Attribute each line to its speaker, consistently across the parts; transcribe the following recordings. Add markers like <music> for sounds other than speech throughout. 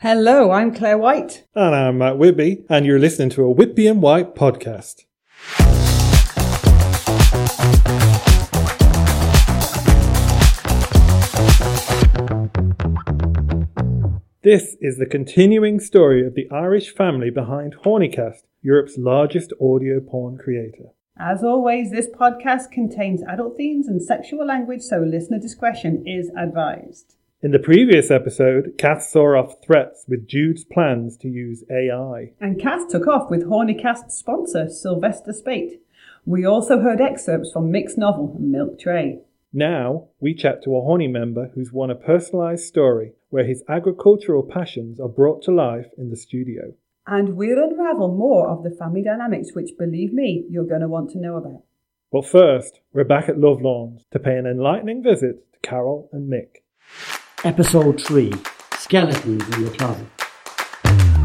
Speaker 1: Hello, I'm Claire White.
Speaker 2: And I'm Matt Whitby, and you're listening to a Whitby and White podcast. This is the continuing story of the Irish family behind Hornycast, Europe's largest audio porn creator.
Speaker 1: As always, this podcast contains adult themes and sexual language, so listener discretion is advised.
Speaker 2: In the previous episode, Kath saw off threats with Jude's plans to use AI.
Speaker 1: And Kath took off with Hornycast sponsor Sylvester Spate. We also heard excerpts from Mick's novel Milk Tray.
Speaker 2: Now, we chat to a Horny member who's won a personalised story where his agricultural passions are brought to life in the studio.
Speaker 1: And we'll unravel more of the family dynamics, which, believe me, you're going to want to know about.
Speaker 2: But first, we're back at Lovelawns to pay an enlightening visit to Carol and Mick.
Speaker 3: Episode 3 Skeletons in the Closet.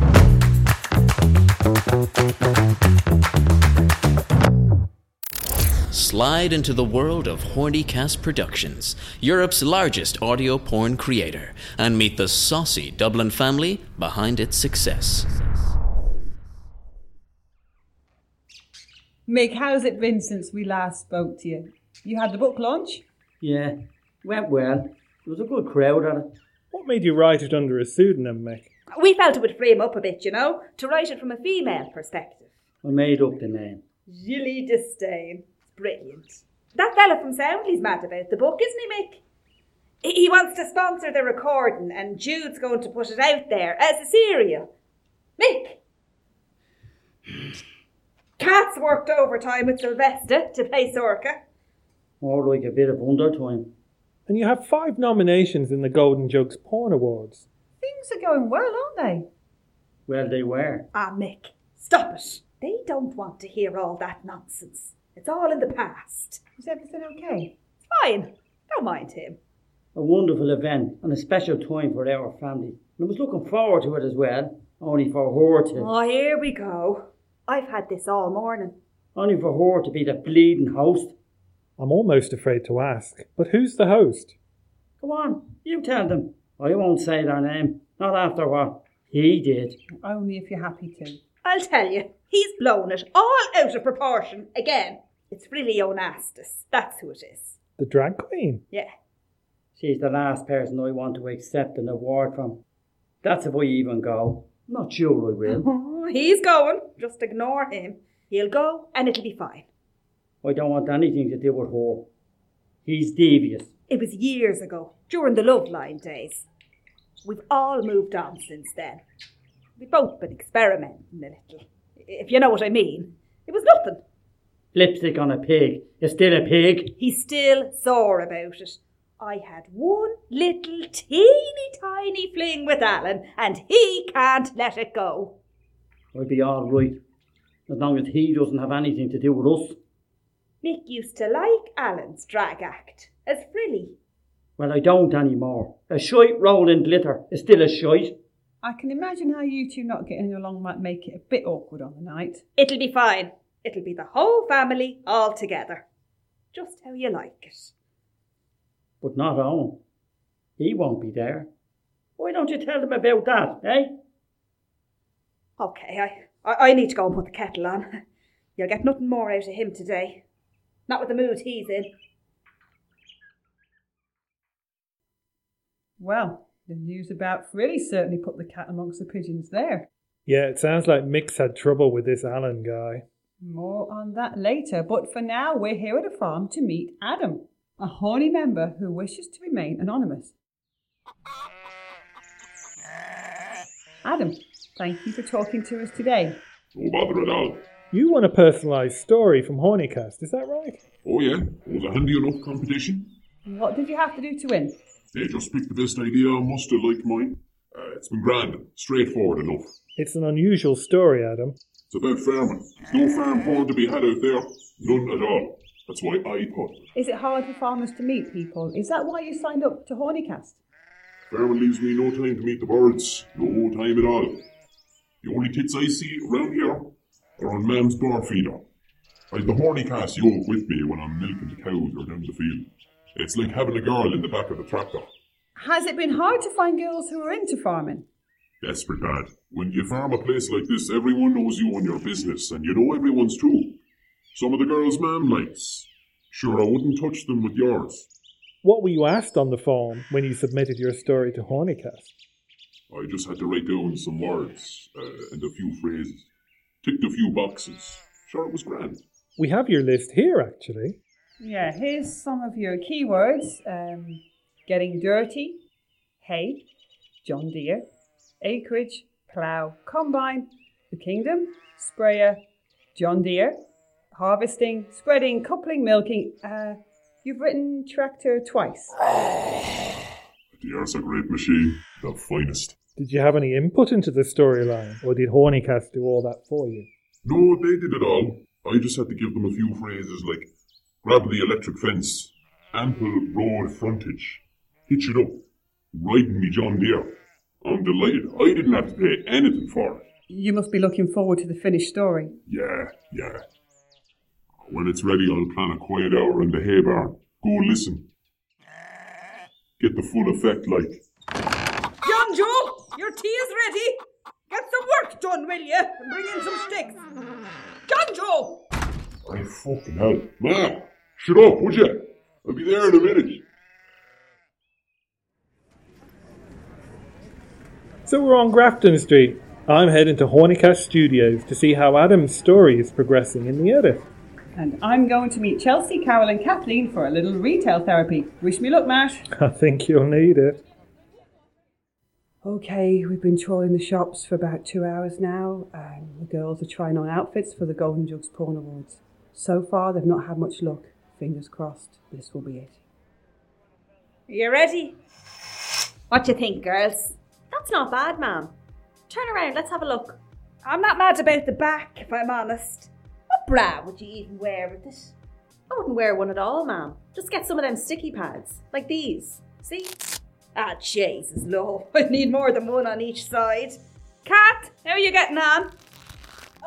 Speaker 4: Slide into the world of Hornycast Productions, Europe's largest audio porn creator, and meet the saucy Dublin family behind its success.
Speaker 1: Mick, how's it been since we last spoke to you? You had the book launch?
Speaker 3: Yeah, went well. There was a good crowd on it.
Speaker 2: What made you write it under a pseudonym, Mick?
Speaker 5: We felt it would frame up a bit, you know, to write it from a female perspective.
Speaker 3: I made up the name.
Speaker 5: Gilly Disdain. It's brilliant. That fella from Soundly's mad about the book, isn't he, Mick? He he wants to sponsor the recording, and Jude's going to put it out there as a serial. Mick! Cat's worked overtime with Sylvester to pay Sorka.
Speaker 3: More like a bit of undertime.
Speaker 2: And you have five nominations in the Golden Jugs Porn Awards.
Speaker 1: Things are going well, aren't they?
Speaker 3: Well, they were.
Speaker 5: Ah, Mick, stop it. They don't want to hear all that nonsense. It's all in the past.
Speaker 1: Is everything okay?
Speaker 5: Fine. Don't mind him.
Speaker 3: A wonderful event and a special time for our family. And I was looking forward to it as well. Only for her to,
Speaker 5: Oh, here we go. I've had this all morning.
Speaker 3: only for her to be the bleeding host.
Speaker 2: I'm almost afraid to ask, but who's the host?
Speaker 3: Go on, you tell them. I won't say their name. Not after what he did.
Speaker 1: Only if you're happy to.
Speaker 5: I'll tell you, he's blown it all out of proportion again. It's really Onastis. That's who it is.
Speaker 2: The drag queen.
Speaker 5: Yeah.
Speaker 3: She's the last person I want to accept an award from. That's if I even go. Not sure I will.
Speaker 5: <laughs> Oh, he's going. Just ignore him. He'll go and it'll be fine.
Speaker 3: I don't want anything to do with her. He's devious.
Speaker 5: It was years ago, during the Love Line days. We've all moved on since then. We've both been experimenting a little, if you know what I mean. It was nothing.
Speaker 3: Lipstick on a pig is still a pig.
Speaker 5: He's still sore about it. I had one little teeny tiny fling with Alan, and he can't let it go.
Speaker 3: I'll be all right as long as he doesn't have anything to do with us.
Speaker 5: Mick used to like Alan's drag act as frilly.
Speaker 3: Well, I don't anymore. A shite rolled in glitter is still a shite.
Speaker 1: I can imagine how you two not getting along might make it a bit awkward on the night.
Speaker 5: It'll be fine. It'll be the whole family all together. Just how you like it.
Speaker 3: But not on. He won't be there. Why don't you tell them about that, eh?
Speaker 5: Okay, I, I, I need to go and put the kettle on. You'll get nothing more out of him today. Not with the mood he's in.
Speaker 1: Well, the news about Frilly certainly put the cat amongst the pigeons there.
Speaker 2: Yeah, it sounds like Mick's had trouble with this Alan guy.
Speaker 1: More on that later, but for now, we're here at a farm to meet Adam, a horny member who wishes to remain anonymous. Adam, thank you for talking to us today.
Speaker 6: No bother at all.
Speaker 2: You want a personalised story from Hornycast, is that right?
Speaker 6: Oh yeah, it was a handy enough competition.
Speaker 1: What did you have to do to win?
Speaker 6: They just picked the best idea, must have liked mine. Uh, it's been grand, straightforward enough.
Speaker 2: It's an unusual story, Adam.
Speaker 6: It's about farming. There's no farm porn to be had out there, none at all. That's why I put
Speaker 1: Is it hard for farmers to meet people? Is that why you signed up to Hornycast?
Speaker 6: farming leaves me no time to meet the birds, no time at all. The only tits I see around here are on Mam's bar feeder. I've the horny cast yoke with me when I'm milking the cows or down the field. It's like having a girl in the back of the tractor.
Speaker 1: Has it been hard to find girls who are into farming?
Speaker 6: Desperate lad. When you farm a place like this, everyone knows you and your business, and you know everyone's too. Some of the girls' man likes. Sure, I wouldn't touch them with yours.
Speaker 2: What were you asked on the form when you submitted your story to Hornycast?
Speaker 6: I just had to write down some words uh, and a few phrases. Ticked a few boxes. Sure, it was grand.
Speaker 2: We have your list here, actually.
Speaker 1: Yeah, here's some of your keywords um, getting dirty, hay, John Deere, acreage, plough, combine, the kingdom, sprayer, John Deere, harvesting, spreading, coupling, milking. Uh, you've written tractor twice.
Speaker 6: The earth's a great machine, the finest.
Speaker 2: Did you have any input into the storyline, or did Hornycast do all that for you?
Speaker 6: No, they did it all. I just had to give them a few phrases like grab the electric fence, ample road frontage, hitch it up, riding me John Deere. I'm delighted. I didn't have to pay anything for it.
Speaker 1: You must be looking forward to the finished story.
Speaker 6: Yeah, yeah. When it's ready, I'll plan a quiet hour in the hay barn. Go listen. Get the full effect, like.
Speaker 5: Young Joe, your tea is ready. Get some work done, will you? And bring in some sticks. John Joe!
Speaker 6: I fucking hell. Ma, shut up, would ya? I'll be there in a minute.
Speaker 2: So we're on Grafton Street. I'm heading to Hornycast Studios to see how Adam's story is progressing in the edit. <laughs>
Speaker 1: And I'm going to meet Chelsea, Carol, and Kathleen for a little retail therapy. Wish me luck, Matt.
Speaker 2: I think you'll need it.
Speaker 1: Okay, we've been trawling the shops for about two hours now. Um, the girls are trying on outfits for the Golden Jugs Porn Awards. So far, they've not had much luck. Fingers crossed, this will be it.
Speaker 5: Are you ready? What you think, girls? That's not bad, ma'am. Turn around, let's have a look. I'm not mad about the back, if I'm honest. What bra would you even wear with it? I wouldn't wear one at all, ma'am. Just get some of them sticky pads, like these. See? Ah, Jesus, love. <laughs> I need more than one on each side. Cat, how are you getting on?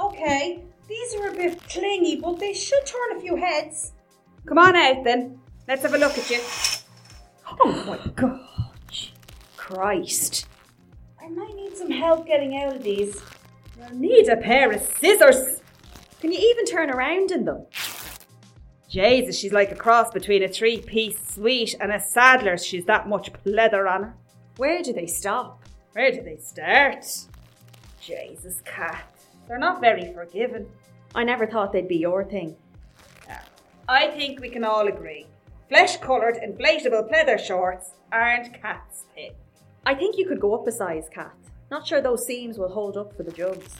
Speaker 5: Okay, these are a bit clingy, but they should turn a few heads. Come on out then. Let's have a look at you. Oh my gosh. Christ. I might need some help getting out of these. You'll need a pair of scissors. Can you even turn around in them? Jesus, she's like a cross between a three piece suite and a saddler's. She's that much pleather on her. Where do they stop? Where do they start? Jesus, cat. They're not very forgiving. I never thought they'd be your thing. I think we can all agree. Flesh coloured inflatable pleather shorts aren't cat's thing. I think you could go up a size, Cat. Not sure those seams will hold up for the jugs.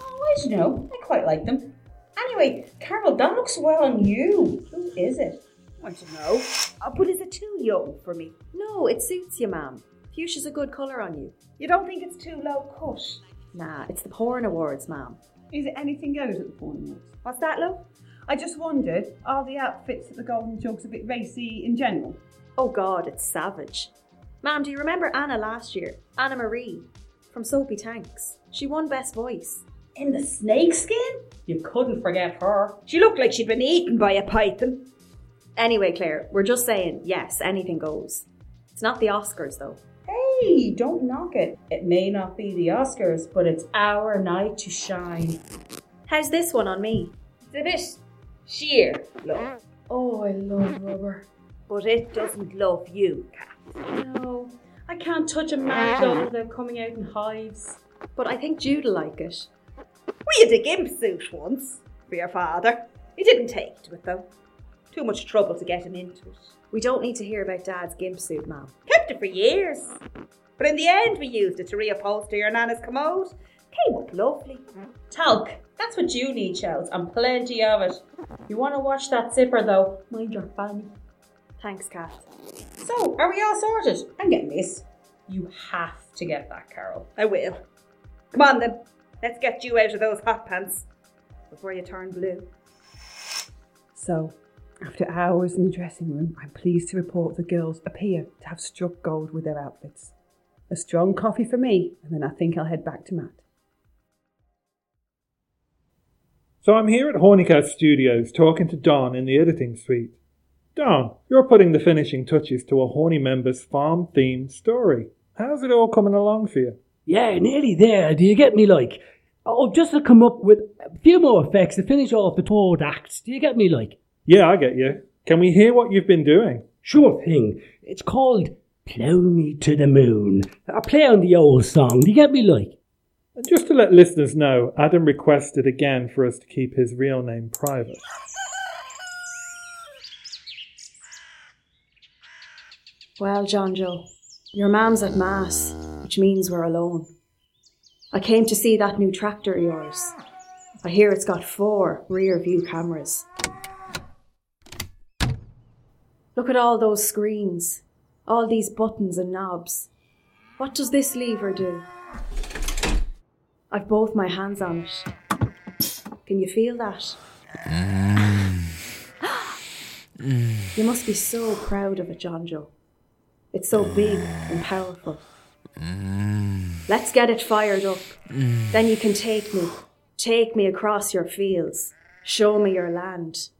Speaker 7: Oh, I don't know. I quite like them. Anyway, Carol, that looks well on you. Who is it?
Speaker 5: I don't know. Uh, but is it too young for me? No, it suits you, ma'am. Fuchsia's a good colour on you. You don't think it's too low cut? Nah, it's the porn awards, ma'am.
Speaker 1: Is it anything goes at the Porn Awards?
Speaker 5: What's that, love?
Speaker 1: I just wondered, are the outfits at the Golden Jugs a bit racy in general?
Speaker 5: Oh God, it's savage. Ma'am, do you remember Anna last year? Anna Marie from Soapy Tanks. She won Best Voice.
Speaker 7: In the snake skin? You couldn't forget her.
Speaker 5: She looked like she'd been eaten by a python. Anyway, Claire, we're just saying, yes, anything goes. It's not the Oscars, though.
Speaker 7: Hey, don't knock it. It may not be the Oscars, but it's our night to shine.
Speaker 5: How's this one on me? It's a bit sheer, love.
Speaker 7: Oh, I love rubber.
Speaker 5: But it doesn't love you, Cat.
Speaker 7: No, I can't touch a mad
Speaker 5: Ah.
Speaker 7: dog without coming out in hives.
Speaker 5: But I think Jude'll like it. We had a gimp suit once for your father. He didn't take to it though. Too much trouble to get him into it. We don't need to hear about Dad's gimp suit, Ma'am. Kept it for years. But in the end, we used it to reupholster your nana's commode. Came up lovely.
Speaker 7: Talc, that's what you need, Chels, and plenty of it. You want to watch that zipper though? Mind your fanny.
Speaker 5: Thanks, Cat.
Speaker 7: So, are we all sorted? I'm getting this. You have to get that, Carol.
Speaker 5: I will. Come on then. Let's get you out of those hot pants before you turn blue.
Speaker 1: So, after hours in the dressing room, I'm pleased to report the girls appear to have struck gold with their outfits. A strong coffee for me, and then I think I'll head back to Matt.
Speaker 2: So I'm here at Hornycast Studios talking to Don in the editing suite. Don, you're putting the finishing touches to a Horny Members farm themed story. How's it all coming along for you?
Speaker 8: Yeah, nearly there. Do you get me? Like, oh, just to come up with a few more effects to finish off the third act. Do you get me? Like,
Speaker 2: Yeah, I get you. Can we hear what you've been doing?
Speaker 8: sure thing. It's called "Blow Me to the Moon." I play on the old song. Do you get me? Like,
Speaker 2: And just to let listeners know, Adam requested again for us to keep his real name private.
Speaker 9: Well, John Joe, your mam's at Mass, which means we're alone. I came to see that new tractor of yours. I hear it's got four rear view cameras. Look at all those screens, all these buttons and knobs. What does this lever do? I've both my hands on it. Can you feel that? You must be so proud of it, John Joe. It's so big and powerful. Let's get it fired up. Then you can take me. Take me across your fields. Show me your land.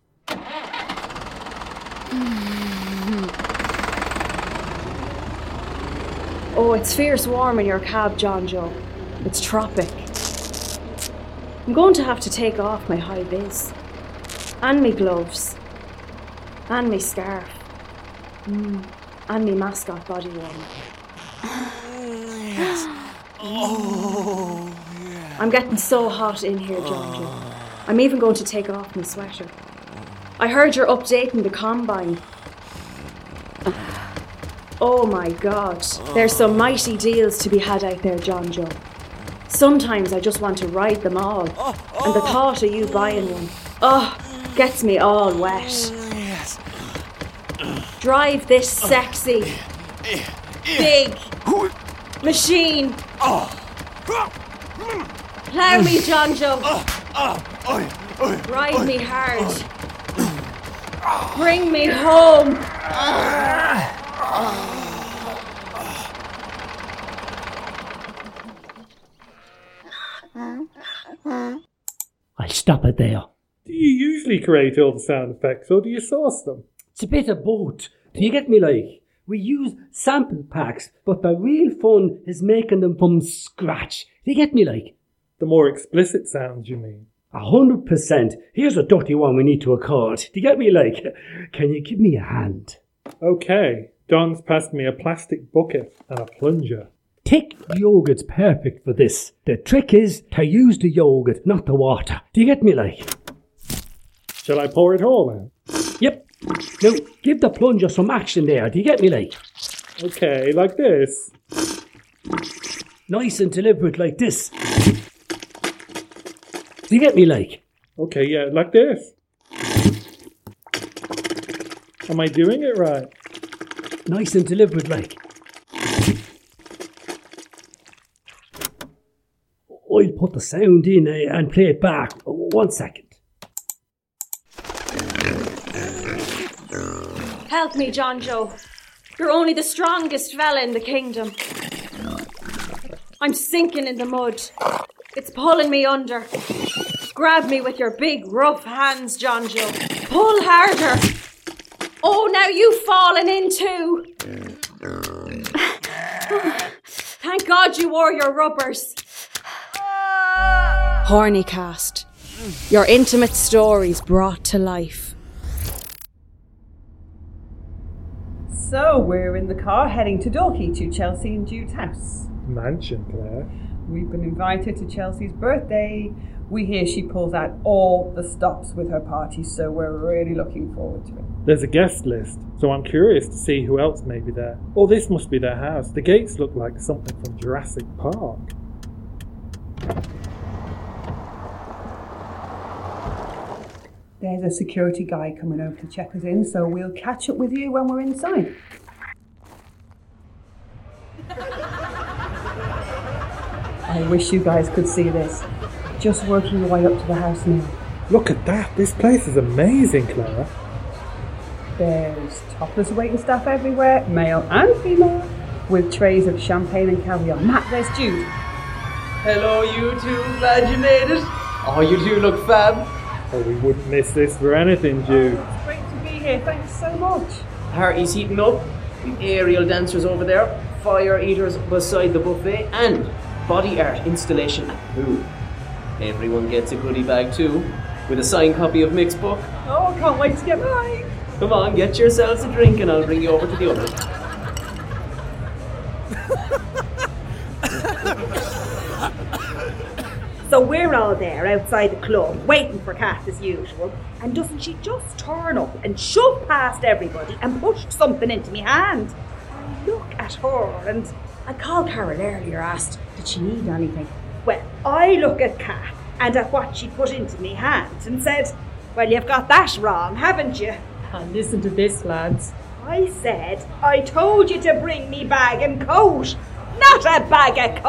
Speaker 9: Oh, it's fierce warm in your cab, John Joe. It's tropic. I'm going to have to take off my high vis. And me gloves. And me scarf. Mm, And me mascot body warmer. I'm getting so hot in here, Johnny. I'm even going to take off my sweater. I heard you're updating the combine. Oh my god. There's some mighty deals to be had out there, John Joe. Sometimes I just want to ride them all. And the thought of you buying one, oh, gets me all wet. Drive this sexy, big machine. Plow me, John Joe. Ride me hard. Bring me home.
Speaker 8: I'll stop it there.
Speaker 2: Do you usually create all the sound effects or do you source them?
Speaker 8: It's a bit of both. Do you get me? Like, we use sample packs, but the real fun is making them from scratch. Do you get me? Like,
Speaker 2: The more explicit sounds, you mean?
Speaker 8: a hundred percent. Here's a dirty one we need to accord. Do you get me? Like, <laughs> can you give me a hand?
Speaker 2: Okay, Don's passed me a plastic bucket and a plunger.
Speaker 8: Thick yogurt's perfect for this. The trick is to use the yogurt, not the water. Do you get me? Like,
Speaker 2: Shall I pour it all out?
Speaker 8: yep. Now, give the plunger some action there. Do you get me? Like,
Speaker 2: Okay, like this.
Speaker 8: nice and deliberate like this. Do you get me? Like,
Speaker 2: Okay, yeah, like this. Am I doing it right?
Speaker 8: nice and deliberate like. I'll put the sound in eh, and play it back. One second.
Speaker 9: Help me, John Joe. You're only the strongest fella in the kingdom. I'm sinking in the mud. It's pulling me under. Grab me with your big, rough hands, John Joe. Pull harder. Oh, now you've fallen in too. Thank God you wore your rubbers. Horny cast. Your intimate stories brought to life.
Speaker 1: So we're in the car heading to Dorky to Chelsea and Jude's house.
Speaker 2: Mansion, Claire.
Speaker 1: We've been invited to Chelsea's birthday. We hear she pulls out all the stops with her party, so we're really looking forward to it.
Speaker 2: There's a guest list, so I'm curious to see who else may be there. Oh, this must be their house. The gates look like something from Jurassic Park.
Speaker 1: There's a security guy coming over to check us in, so we'll catch up with you when we're inside. I wish you guys could see this. Just working your way up to the house now.
Speaker 2: Look at that. This place is amazing, Claire.
Speaker 1: There's topless waiting staff everywhere, male and female, with trays of champagne and caviar. Matt, there's Jude.
Speaker 10: Hello, you two. Glad you made it. Oh, you two look fab.
Speaker 2: Oh, we wouldn't miss this for anything, Jude.
Speaker 1: It's great to be here. Thanks so much.
Speaker 10: Party's heating up. We've aerial dancers over there, fire eaters beside the buffet, and body art installation at the Moon. Everyone gets a goodie bag too, with a signed copy of Mick's book.
Speaker 1: Oh, can't wait to get mine.
Speaker 10: Come on, get yourselves a drink and I'll bring you over to the others.
Speaker 5: So we're all there outside the club, waiting for Kath as usual. And doesn't she just turn up and shove past everybody and push something into me hand? I look at her and I called Carol earlier, asked, did she need anything? Well, I look at Kath and at what she put into me hand and said, Well, you've got that wrong, haven't you?
Speaker 7: <laughs> And listen to this, lads.
Speaker 5: I said, I told you to bring me bag and coat, not a bag of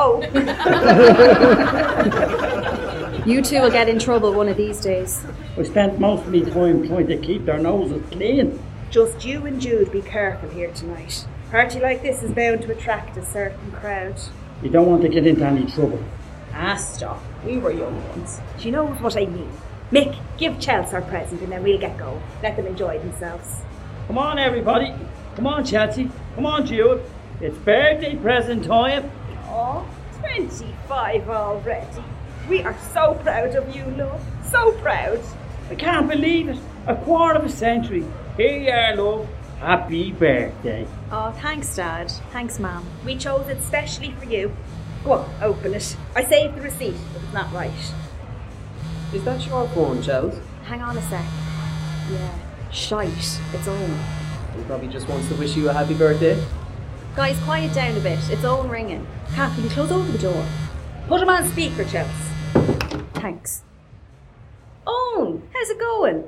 Speaker 5: <laughs> coat.
Speaker 9: You two will get in trouble one of these days.
Speaker 3: We spent most of the time trying to keep their noses clean.
Speaker 5: Just you and Jude be careful here tonight. Party like this is bound to attract a certain crowd.
Speaker 3: You don't want to get into any trouble.
Speaker 7: Ah, stop. We were young once.
Speaker 5: She knows what I mean. Mick, give Chelsea her present and then we'll get going. Let them enjoy themselves.
Speaker 3: Come on, everybody. Come on, Chelsea. Come on, Jude. It's birthday present time.
Speaker 5: Aw, 25 already. We are so proud of you, love. So proud.
Speaker 3: I can't believe it. A quarter of a century. Here you are, love. Happy birthday.
Speaker 9: Oh, thanks, Dad. Thanks, Mum.
Speaker 5: We chose it specially for you. Go on, open it. I saved the receipt, but it's not right.
Speaker 10: Is that your phone, Chels?
Speaker 9: Hang on a sec. Yeah, shite. It's on.
Speaker 10: He probably just wants to wish you a happy birthday.
Speaker 9: Guys, quiet down a bit. It's on ringing. Kath, can you close over the door?
Speaker 5: Put him on speaker, Chels.
Speaker 9: Thanks. Owen, how's it going?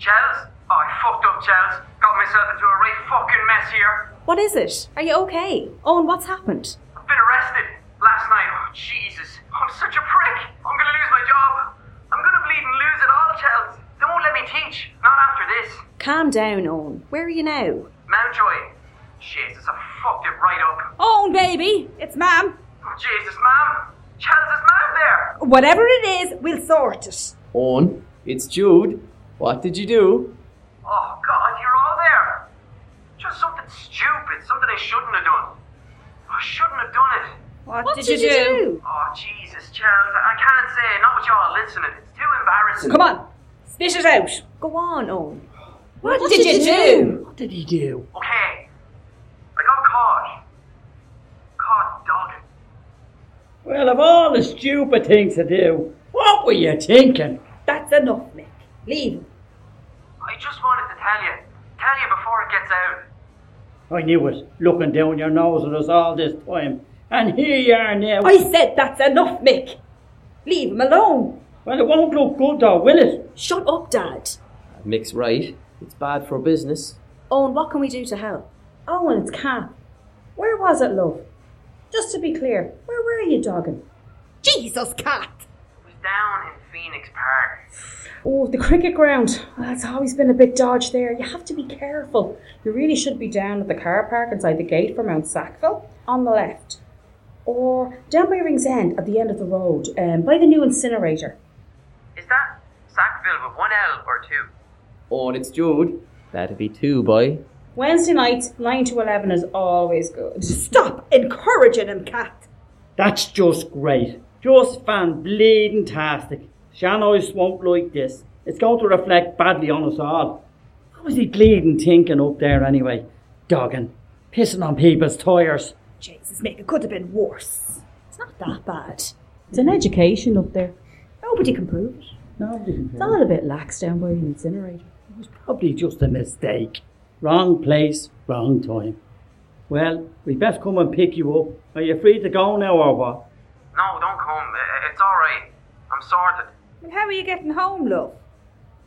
Speaker 11: Chaz? Oh, I fucked up, Chaz. Got myself into a right fucking mess here.
Speaker 9: What is it? Are you okay? Owen, what's happened?
Speaker 11: I've been arrested last night. Oh, Jesus. I'm such a prick. I'm gonna lose my job. I'm gonna bleed and lose it all, Chaz. They won't let me teach. Not after this.
Speaker 9: Calm down, Owen. Where are you now?
Speaker 11: Mountjoy. Jesus, I fucked it right up.
Speaker 9: Oh,
Speaker 5: Owen, baby. It's Mam.
Speaker 11: Oh, Jesus, ma'am. Chaz is mad there.
Speaker 5: Whatever it is, we'll sort it.
Speaker 10: On. It's Jude. What did you do?
Speaker 11: Oh, God, you're all there. Just something stupid. Something I shouldn't have done. I shouldn't have done it.
Speaker 5: What,
Speaker 9: What did you do?
Speaker 11: Oh, Jesus, Charles, I can't say it. Not with y'all listening. It's too embarrassing.
Speaker 5: Come on, spit it out.
Speaker 9: Go on, oh. Owen.
Speaker 5: What, did, you do?
Speaker 8: What did he do?
Speaker 11: Okay. I got caught. Caught dogging.
Speaker 3: Well, of all the stupid things to do, what were you thinking?
Speaker 5: That's enough, Mick. Leave. him.
Speaker 11: I just wanted to tell you. Tell you before it gets out.
Speaker 3: I knew it. Looking down your nose at us all this time. And here you are now.
Speaker 5: I said that's enough, Mick. Leave him alone.
Speaker 3: Well, it won't look good though, will it?
Speaker 9: Shut up, Dad.
Speaker 10: Mick's right. It's bad for business.
Speaker 9: Owen, what can we do to help?
Speaker 7: Oh, and it's Kath. Where was it, love? Just to be clear, where were you dogging?
Speaker 5: Jesus, cat.
Speaker 11: It was down in Phoenix Park.
Speaker 7: Oh, the cricket ground. Well, it's always been a bit dodged there. You have to be careful. You really should be down at the car park inside the gate for Mount Sackville on the left. Or down by Rings End at the end of the road, um, by the new incinerator.
Speaker 11: Is that Sackville with one L or two?
Speaker 10: On, it's Jude. That'd be two, boy.
Speaker 7: Wednesday nights, 9 to 11 is always good.
Speaker 5: Stop encouraging him, cat.
Speaker 3: That's just great. Just fan bleeding tastic. Shanois won't like this. It's going to reflect badly on us all. What was he bleeding thinking up there anyway? Dogging. Pissing on people's tires.
Speaker 5: Jesus, Mick, it could have been worse.
Speaker 9: It's not that bad.
Speaker 7: It's an education up there.
Speaker 5: Nobody can prove it.
Speaker 3: Nobody can
Speaker 7: It's all a bit lax down by the incinerator.
Speaker 3: Probably just a mistake. Wrong place, wrong time. Well, we best come and pick you up. Are you free to go now or what?
Speaker 11: No, don't come. I- It's alright. I'm sorted.
Speaker 5: Well, how are you getting home, love?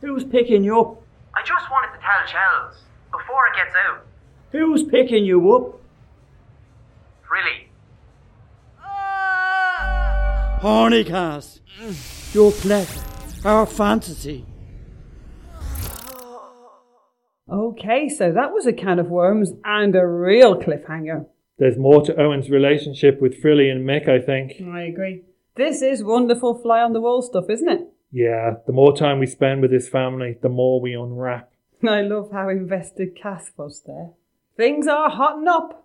Speaker 3: Who's picking you up?
Speaker 11: I just wanted to tell Charles before it gets out.
Speaker 3: Who's picking you up?
Speaker 11: Really.
Speaker 3: Hornycast. Your pleasure. Our fantasy.
Speaker 1: Okay, so that was a can of worms and a real cliffhanger.
Speaker 2: There's more to Owen's relationship with Frilly and Mick, I think.
Speaker 1: I agree. This is wonderful fly on the wall stuff, isn't it?
Speaker 2: Yeah, the more time we spend with his family, the more we unwrap.
Speaker 1: I love how invested Cass was there. Things are hotting up.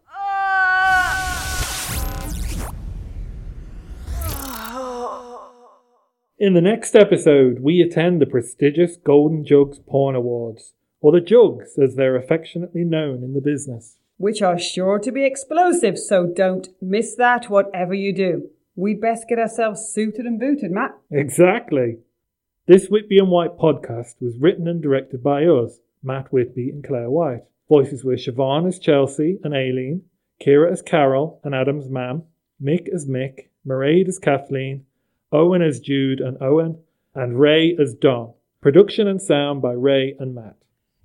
Speaker 2: In the next episode, we attend the prestigious Golden Jugs Porn Awards, or the Jugs as they're affectionately known in the business.
Speaker 1: which are sure to be explosive, so don't miss that whatever you do. We'd best get ourselves suited and booted, Matt.
Speaker 2: Exactly. This Whitby and White podcast was written and directed by us, Matt Whitby and Claire White. Voices were Siobhan as Chelsea and Aileen, Kira as Carol and Adam's mam, Mick as Mick, Mairead as Kathleen, Owen as Jude and Owen, and Ray as Don. Production and sound by Ray and Matt.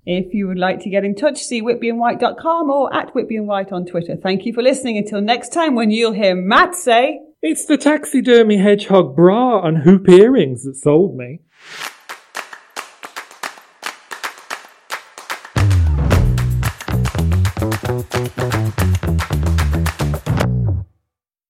Speaker 1: If you would like to get in touch, see whitbyandwhite.com or at whitbyandwhite on Twitter. Thank you for listening. Until next time, when you'll hear Matt say,
Speaker 2: It's the taxidermy hedgehog bra and hoop earrings that sold me.
Speaker 12: Thank you.